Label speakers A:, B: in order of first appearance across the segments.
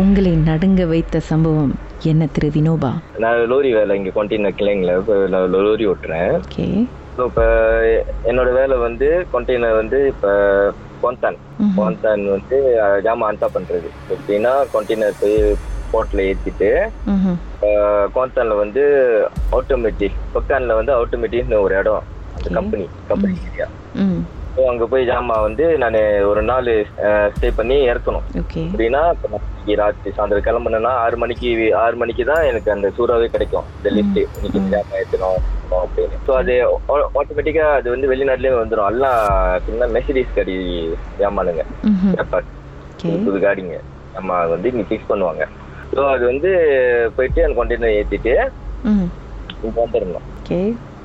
A: உங்களை நடுங்க வைத்த சம்பவம் என்ன திரு வினோபா
B: நான் லோரி வேலை இங்கே கொண்டெய்னர் கிளைங்கள இப்போ நான் லோரி ஓட்டுறேன்
A: ஓகே
B: ஸோ இப்போ என்னோட வேலை வந்து கொண்டெய்னர் வந்து இப்போ கோந்தான் கோந்தான் வந்து அஹ், ஜாமான் அன்டா பண்ணுறது எப்படின்னா கொண்டெய்னர் போய் போர்ட்டில் ஏற்றிட்டு
A: ம்ஹும்.
B: கோந்தானில் வந்து ஆட்டோமேட்டிக் கொக்கானில் வந்து ஆட்டோமேட்டிக்னு ஒரு இடம் அந்த கம்பெனி கம்பெனி ஏரியா
A: ம்
B: ஸோ அங்கே போய் ஜாமான் வந்து நான் ஒரு நாள் ஸ்டே பண்ணி இறக்கணும்
A: ஓகே
B: எப்படின்னா இப்ப நான் இன்னைக்கு ராத்திரி சாயந்தரம் கிளம்புனேன்னா ஆறு மணிக்கு ஆறு மணிக்கு தான் எனக்கு அந்த சூறாவே கிடைக்கும் இந்த லிஸ்ட் இன்னைக்கு இந்த ஜாமான் ஏற்றணும் அப்படின்னு ஸோ அது ஆட்டோமேட்டிக்கா அது வந்து வெளிநாட்டுலயே வந்துடும் எல்லாம் பின்ன மெசேஜஸ் கடி ஜாமானுங்க
A: ம்ஹும்.
B: ஜப்பான்
A: ஓகே
B: புது காடிங்க நம்ம வந்து இன்னைக்கு ஃபிக்ஸ் பண்ணுவாங்க ஸோ அது வந்து போயிட்டு அந்த கொண்டெய்னர் ஏற்றிட்டு
A: ம்
B: இங்கே வந்துடணும்
A: ஓகே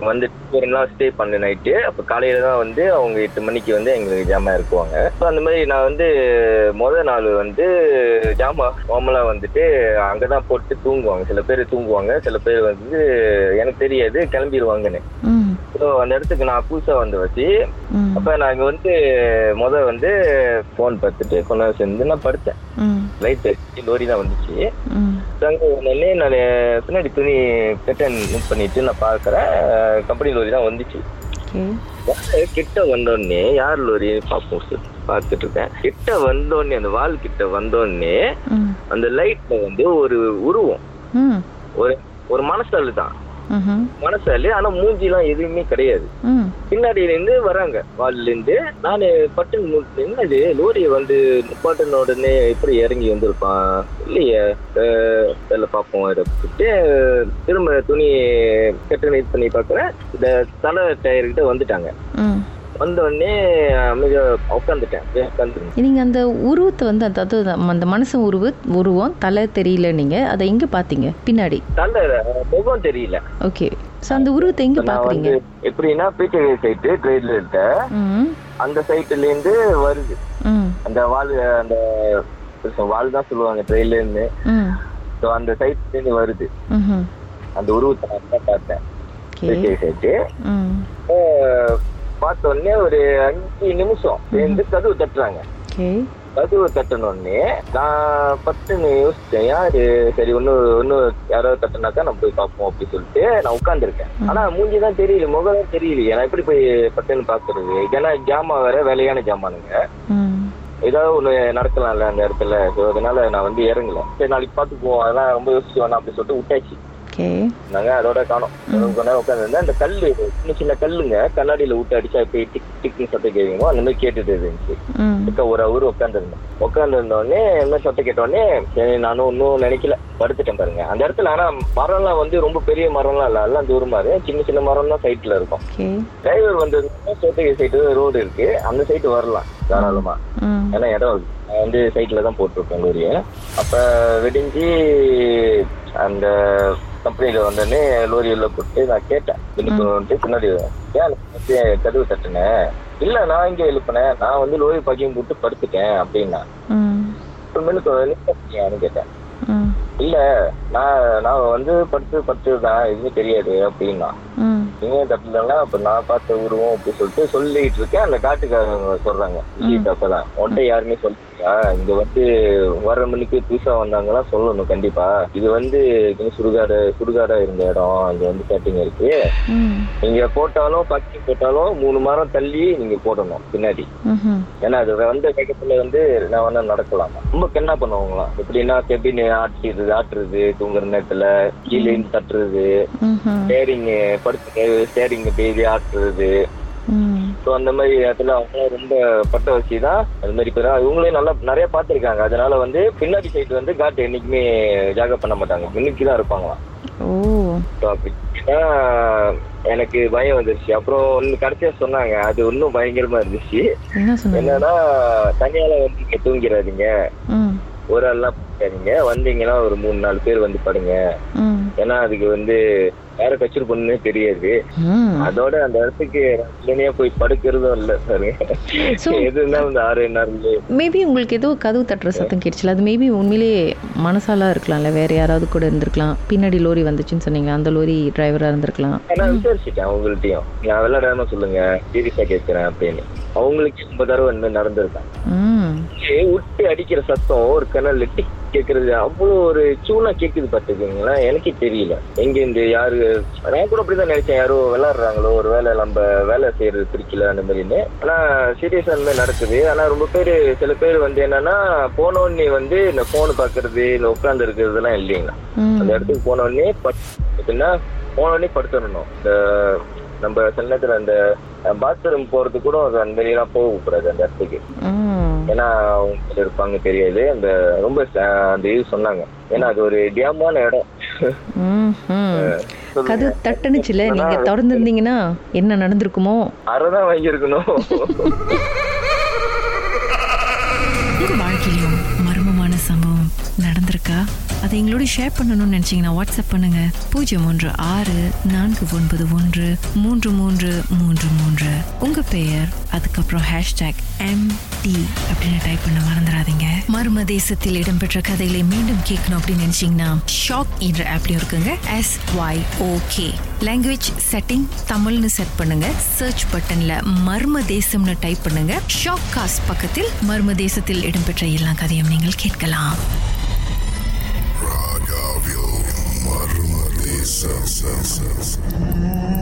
B: வந்துட்டு ஒரு நாள் ஸ்டே பண்ண நைட்டு அப்போ காலையில தான் வந்து அவங்க எட்டு மணிக்கு வந்து எங்களுக்கு ஜாமான் இருக்குவாங்க ஸோ அந்த மாதிரி நான் வந்து முதல் நாள் வந்து ஜாமான் நார்மலாக வந்துட்டு அங்கே தான் போட்டு தூங்குவாங்க சில பேர் தூங்குவாங்க சில பேர் வந்து எனக்கு தெரியாது கிளம்பிடுவாங்கன்னு
A: ம்
B: ஸோ அந்த இடத்துக்கு நான் புதுசாக வந்த வச்சு
A: ம்
B: அப்போ நான் இங்கே வந்து முதல் வந்து ஃபோன் பார்த்துட்டு கொஞ்ச நேரம் சேர்ந்து நான் படுத்தேன்
A: ம்
B: லைட்டு லோரி தான் வந்துச்சு
A: ம்
B: அங்கே உடனே நான் பின்னாடி துணி கட்டன் மூவ் பண்ணிட்டு நான் பார்க்குறேன் கம்பெனி லோரி தான் வந்துச்சு
A: ஓகே
B: வாலு கிட்ட வந்தோடனே யார் லோரி பார்ப்போம் சார் பார்த்துட்டு இருக்கேன் கிட்ட வந்தோடனே அந்த வால் கிட்ட வந்தோடனே
A: ம்
B: அந்த லைட்ல வந்து ஒரு உருவம்
A: ம்
B: ஒரு ஒரு மனசாலு தான்
A: ம்ஹும்.
B: மனசாலு ஆனா மூஞ்சிலாம் எதுவுமே கிடையாது
A: ம்
B: பின்னாடியில இருந்து வராங்க வால்ல இருந்து நான் பட்டன் மூட்டு என்னது லோரி வந்து நிப்பாட்டின உடனே எப்படி இறங்கி வந்திருப்பான் இல்லையே வேலை பார்ப்போம் இதை பார்த்துட்டு திரும்ப துணி கட்டணி இது பண்ணி பார்க்குறேன் இந்த தலை டயர்கிட்ட வந்துட்டாங்க
A: ம்
B: வந்தோடனே அமைதியா உட்காந்துட்டேன் உட்காந்துருந்தேன்
A: நீங்கள் அந்த உருவத்தை வந்து அதாவது அந்த மனசு உருவு உருவம் தலை தெரியல நீங்கள் அதை எங்கே பார்த்தீங்க பின்னாடி
B: தலை முகம் தெரியல
A: ஓகே ஸோ அந்த உருவத்தை எங்கே
B: நான்
A: பார்க்குறீங்க
B: வந்து எப்படின்னா பீச்சகை சைட்டு ட்ரெயின்ல இருக்க
A: ம்
B: அந்த சைட்டுல இருந்து வருது
A: ம்
B: அந்த வால் அந்த வால் தான் சொல்லுவாங்க ட்ரெயின்லேருந்து
A: ம்
B: ஸோ அந்த சைட்ல இருந்து வருது
A: ம்ஹும்.
B: அந்த உருவத்தை நான் தான் பார்த்தேன்
A: ஓகே
B: பீச்சகை சைட்டு
A: ம்
B: அஹ் பார்த்த உடனே ஒரு அஞ்சு நிமிஷம் சேர்ந்து கதவு தட்டுறாங்க
A: ஓகே
B: கதவு தட்டினோடனே நான் பட்டுன்னு யோசிச்சேன் யாரு சரி ஒன்னும் ஒன்னும் யாராவது தட்டினாக்கா நம்ம போய் பார்ப்போம் அப்படின்னு சொல்லிட்டு நான் உட்காந்துருக்கேன் ஆனா மூஞ்சி தான் தெரியல முகம் தான் தெரியலையே நான் எப்படி போய் பட்டுன்னு பாக்குறது ஏன்னா ஜாமான் வேற வேலையான ஜாமானுங்க
A: ம்
B: ஏதாவது ஒண்ணு நடக்கலாம்ல அந்த இடத்துல ஸோ அதனால நான் வந்து இறங்கல சரி நாளைக்கு பார்த்துக்குவோம் அதெல்லாம் ரொம்ப யோசிச்சு வேணாம் அப்படின்னு சொல்லிட்டு விட்டாச்சு
A: ஓகே
B: நாங்க அதோட காணோம் கொஞ்ச நேரம் உட்காந்துருந்தேன் அந்த கல் சின்ன சின்ன கல்லுங்க கண்ணாடியில விட்டு அடிச்சா போய் டிக் டிக்னு சத்தம் கேட்குமோ அந்த மாதிரி கேட்டுட்டு இருந்துச்சு
A: ம்
B: இருக்க ஒரு அவரு உட்காந்துருந்தேன் உட்காந்துருந்தோடனே என்ன சட்டை கேட்டோடனே சரி நானும் ஒன்றும் நினைக்கல படுத்துட்டேன் பாருங்க அந்த இடத்துல ஆனா மரம்லாம் வந்து ரொம்ப பெரிய மரம்லாம் இல்ல எல்லாம் தூரமா இருக்கு சின்ன சின்ன மரம்லாம் சைட்ல இருக்கும்
A: ஓகே
B: டிரைவர் வந்ததுன்னா சோத்தகை சைடு ரோடு இருக்கு அந்த சைடு வரலாம் தாராளமா
A: ம்
B: ஏன்னா இடம் இருக்கு. நான் வந்து சைட்ல தான் போட்டிருக்கேன் லோரிய அப்ப விடிஞ்சு அந்த கம்பெனியில வந்தோடனே லோரி உள்ள போட்டு நான் கேட்டேன் இழுக்கணும்ட்டு பின்னாடி ஏன் வந்து கதவு தட்டினேன் இல்ல நான் இங்க எழுப்பினேன் நான் வந்து லோரி பாக்கியம் போட்டு படுத்துட்டேன் அப்படின்னா
A: ம்
B: மினுக்கு கேட்டேன்
A: ம்
B: இல்ல நான் நான் வந்து படுத்து படுத்துதான் எதுவுமே தெரியாது அப்படின்னா
A: ம்
B: நீங்க தப்பிலன்னா அப்ப நான் பார்த்த உருவம் அப்படி சொல்லிட்டு சொல்லிட்டு இருக்கேன் அந்த காட்டுக்காரங்க சொல்றாங்க இல்லையா அப்பதான் உன்ட்ட யாருமே சொல்லியா இங்க வந்து வர மணிக்கு புதுசா வந்தாங்கன்னா சொல்லணும் கண்டிப்பா இது வந்து இங்க சுடுகாடு சுடுகாடா இருந்த இடம் அங்க வந்து கேட்டிங் இருக்கு
A: ம்
B: நீங்க போட்டாலும் பக்கி போட்டாலும் மூணு மரம் தள்ளி நீங்க போடணும் பின்னாடி
A: ம்ஹும்.
B: ஏன்னா அது வந்த வேகத்துல வந்து நான் வேணா நடக்கலாம் ரொம்ப கென்னா பண்ணுவாங்களாம் எப்படின்னா கெபின் ஆட்டுறது ஆட்டுறது தூங்குற நேரத்துல கீழே தட்டுறது
A: ம்ஹும்.
B: ஸ்டேரிங் படுத்து ஸ்டேரிங் டெய்லி ஆட்டுறது
A: ம்
B: ஸோ அந்த மாதிரி இடத்துல அவங்களும் ரொம்ப பட்ட வச்சு தான் அது மாதிரி இப்போ இவங்களே நல்லா நிறைய பார்த்துருக்காங்க அதனால வந்து பின்னாடி சைடு வந்து காட்டு என்னைக்குமே ஜாக பண்ண மாட்டாங்க முன்னுக்கு தான் இருப்பாங்களாம்
A: ஓ
B: ஸோ அப்படின்னா எனக்கு பயம் வந்துருச்சு அப்புறம் ஒன்று கடைசியாக சொன்னாங்க அது இன்னும் பயங்கரமா இருந்துச்சு
A: என்ன சொன்னீங்க Mm,
B: என்னன்னா தனியால வந்து நீங்க தூங்கிடாதீங்க
A: ம்
B: ஒரு ஆள்லாம் படுக்காதீங்க வந்தீங்கன்னா ஒரு மூணு நாலு பேர் வந்து படுங்க
A: ம்
B: ஏன்னா அதுக்கு வந்து யாரை கச்சூர் பண்ணுன்னே தெரியாது
A: ம்
B: அதோட அந்த இடத்துக்கு தனியா போய் படுக்கிறதும் இல்ல பாருங்க
A: So-
B: எதுன்னா இந்த ஆறு நாள்
A: மேபி உங்களுக்கு ஏதோ கதவு தட்டுற சத்தம் கேட்டுச்சுல அது மேபி உண்மையிலேயே மனசாலா இருக்கலாம்ல வேற யாராவது கூட இருந்திருக்கலாம் பின்னாடி லோரி வந்துச்சுன்னு சொன்னீங்க அந்த லோரி டிரைவரா இருந்திருக்கலாம்
B: நான் விசாரிச்சுட்டேன் உங்கள்ட்டையும் நான் விளையாடாம சொல்லுங்க சீரியஸா கேட்கிறேன் அப்படின்னு அவங்களுக்கு ரொம்ப தடவை இந்த மாதிரி நடந்திருக்காங்க
A: ம்
B: ஏ, உட்டு அடிக்கிற சத்தம் ஒரு கிணல் டிக் கேக்குறது அவ்வளோ ஒரு சூனா கேக்குது பாத்துக்கீங்களா எனக்கே தெரியல எங்க இந்த யாரு நான் கூட அப்படிதான் நினைச்சேன் யாரோ விளையாடுறாங்களோ ஒரு வேலை நம்ம வேலை செய்யறது பிடிக்கல அந்த மாதிரின்னு ஆனா சீரியஸா அந்த மாதிரி நடக்குது ஆனா ரொம்ப பேர் சில பேர் வந்து என்னன்னா போனோடனே வந்து இந்த போன் பாக்குறது இந்த உட்கார்ந்து இருக்கிறதுலாம் இல்லைங்களா
A: ம்
B: அந்த இடத்துக்கு போனோடனே பட்டுன்னா போனோடனே படுத்துடணும் இந்த நம்ம சில நேரத்துல அந்த பாத்ரூம் போறது கூட அந்த மாதிரிலாம் போகக்கூடாது அந்த இடத்துக்கு
A: ம்
B: ஏன்னா அவங்க எப்படி இருப்பாங்க தெரியாது அந்த ரொம்ப ச- அந்த இது சொன்னாங்க ஏன்னா அது ஒரு டியாமான இடம்
A: ம் ம் mm-hmm. கதவு தட்டுனுச்சுல நீங்க திறந்துருந்தீங்கன்னா என்ன நடந்திருக்குமோ
B: அறதான் வாங்கியிருக்கணும்
C: உங்க வாழ்க்கையிலும் மர்மமான சம்பவம் நடந்திருக்கா அதை எங்களோட ஷேர் பண்ணணும்னு நினைச்சீங்கன்னா வாட்ஸ்அப் பண்ணுங்க பூஜ்ஜியம் ஒன்று ஆறு நான்கு ஒன்பது ஒன்று மூன்று மூன்று மூன்று மூன்று உங்க பெயர் அதுக்கப்புறம் ஹேஷ்டேக் எம் டி அப்படின்னு டைப் பண்ண மறந்துடாதீங்க மர்ம தேசத்தில் இடம்பெற்ற கதைகளை மீண்டும் கேட்கணும் அப்படின்னு நினைச்சீங்கன்னா ஷாக் என்ற ஆப்லயும் இருக்குங்க S Y okay language setting தமிழ்னு செட் பண்ணுங்க சர்ச் பட்டன்ல மர்ம தேசம்னு டைப் பண்ணுங்க ஷாக் காஸ்ட் பக்கத்தில் மர்ம தேசத்தில் இடம்பெற்ற எல்லா கதையும் நீங்கள் கேட்கலாம்
D: Agavio, Marma, Lisa, Sansa,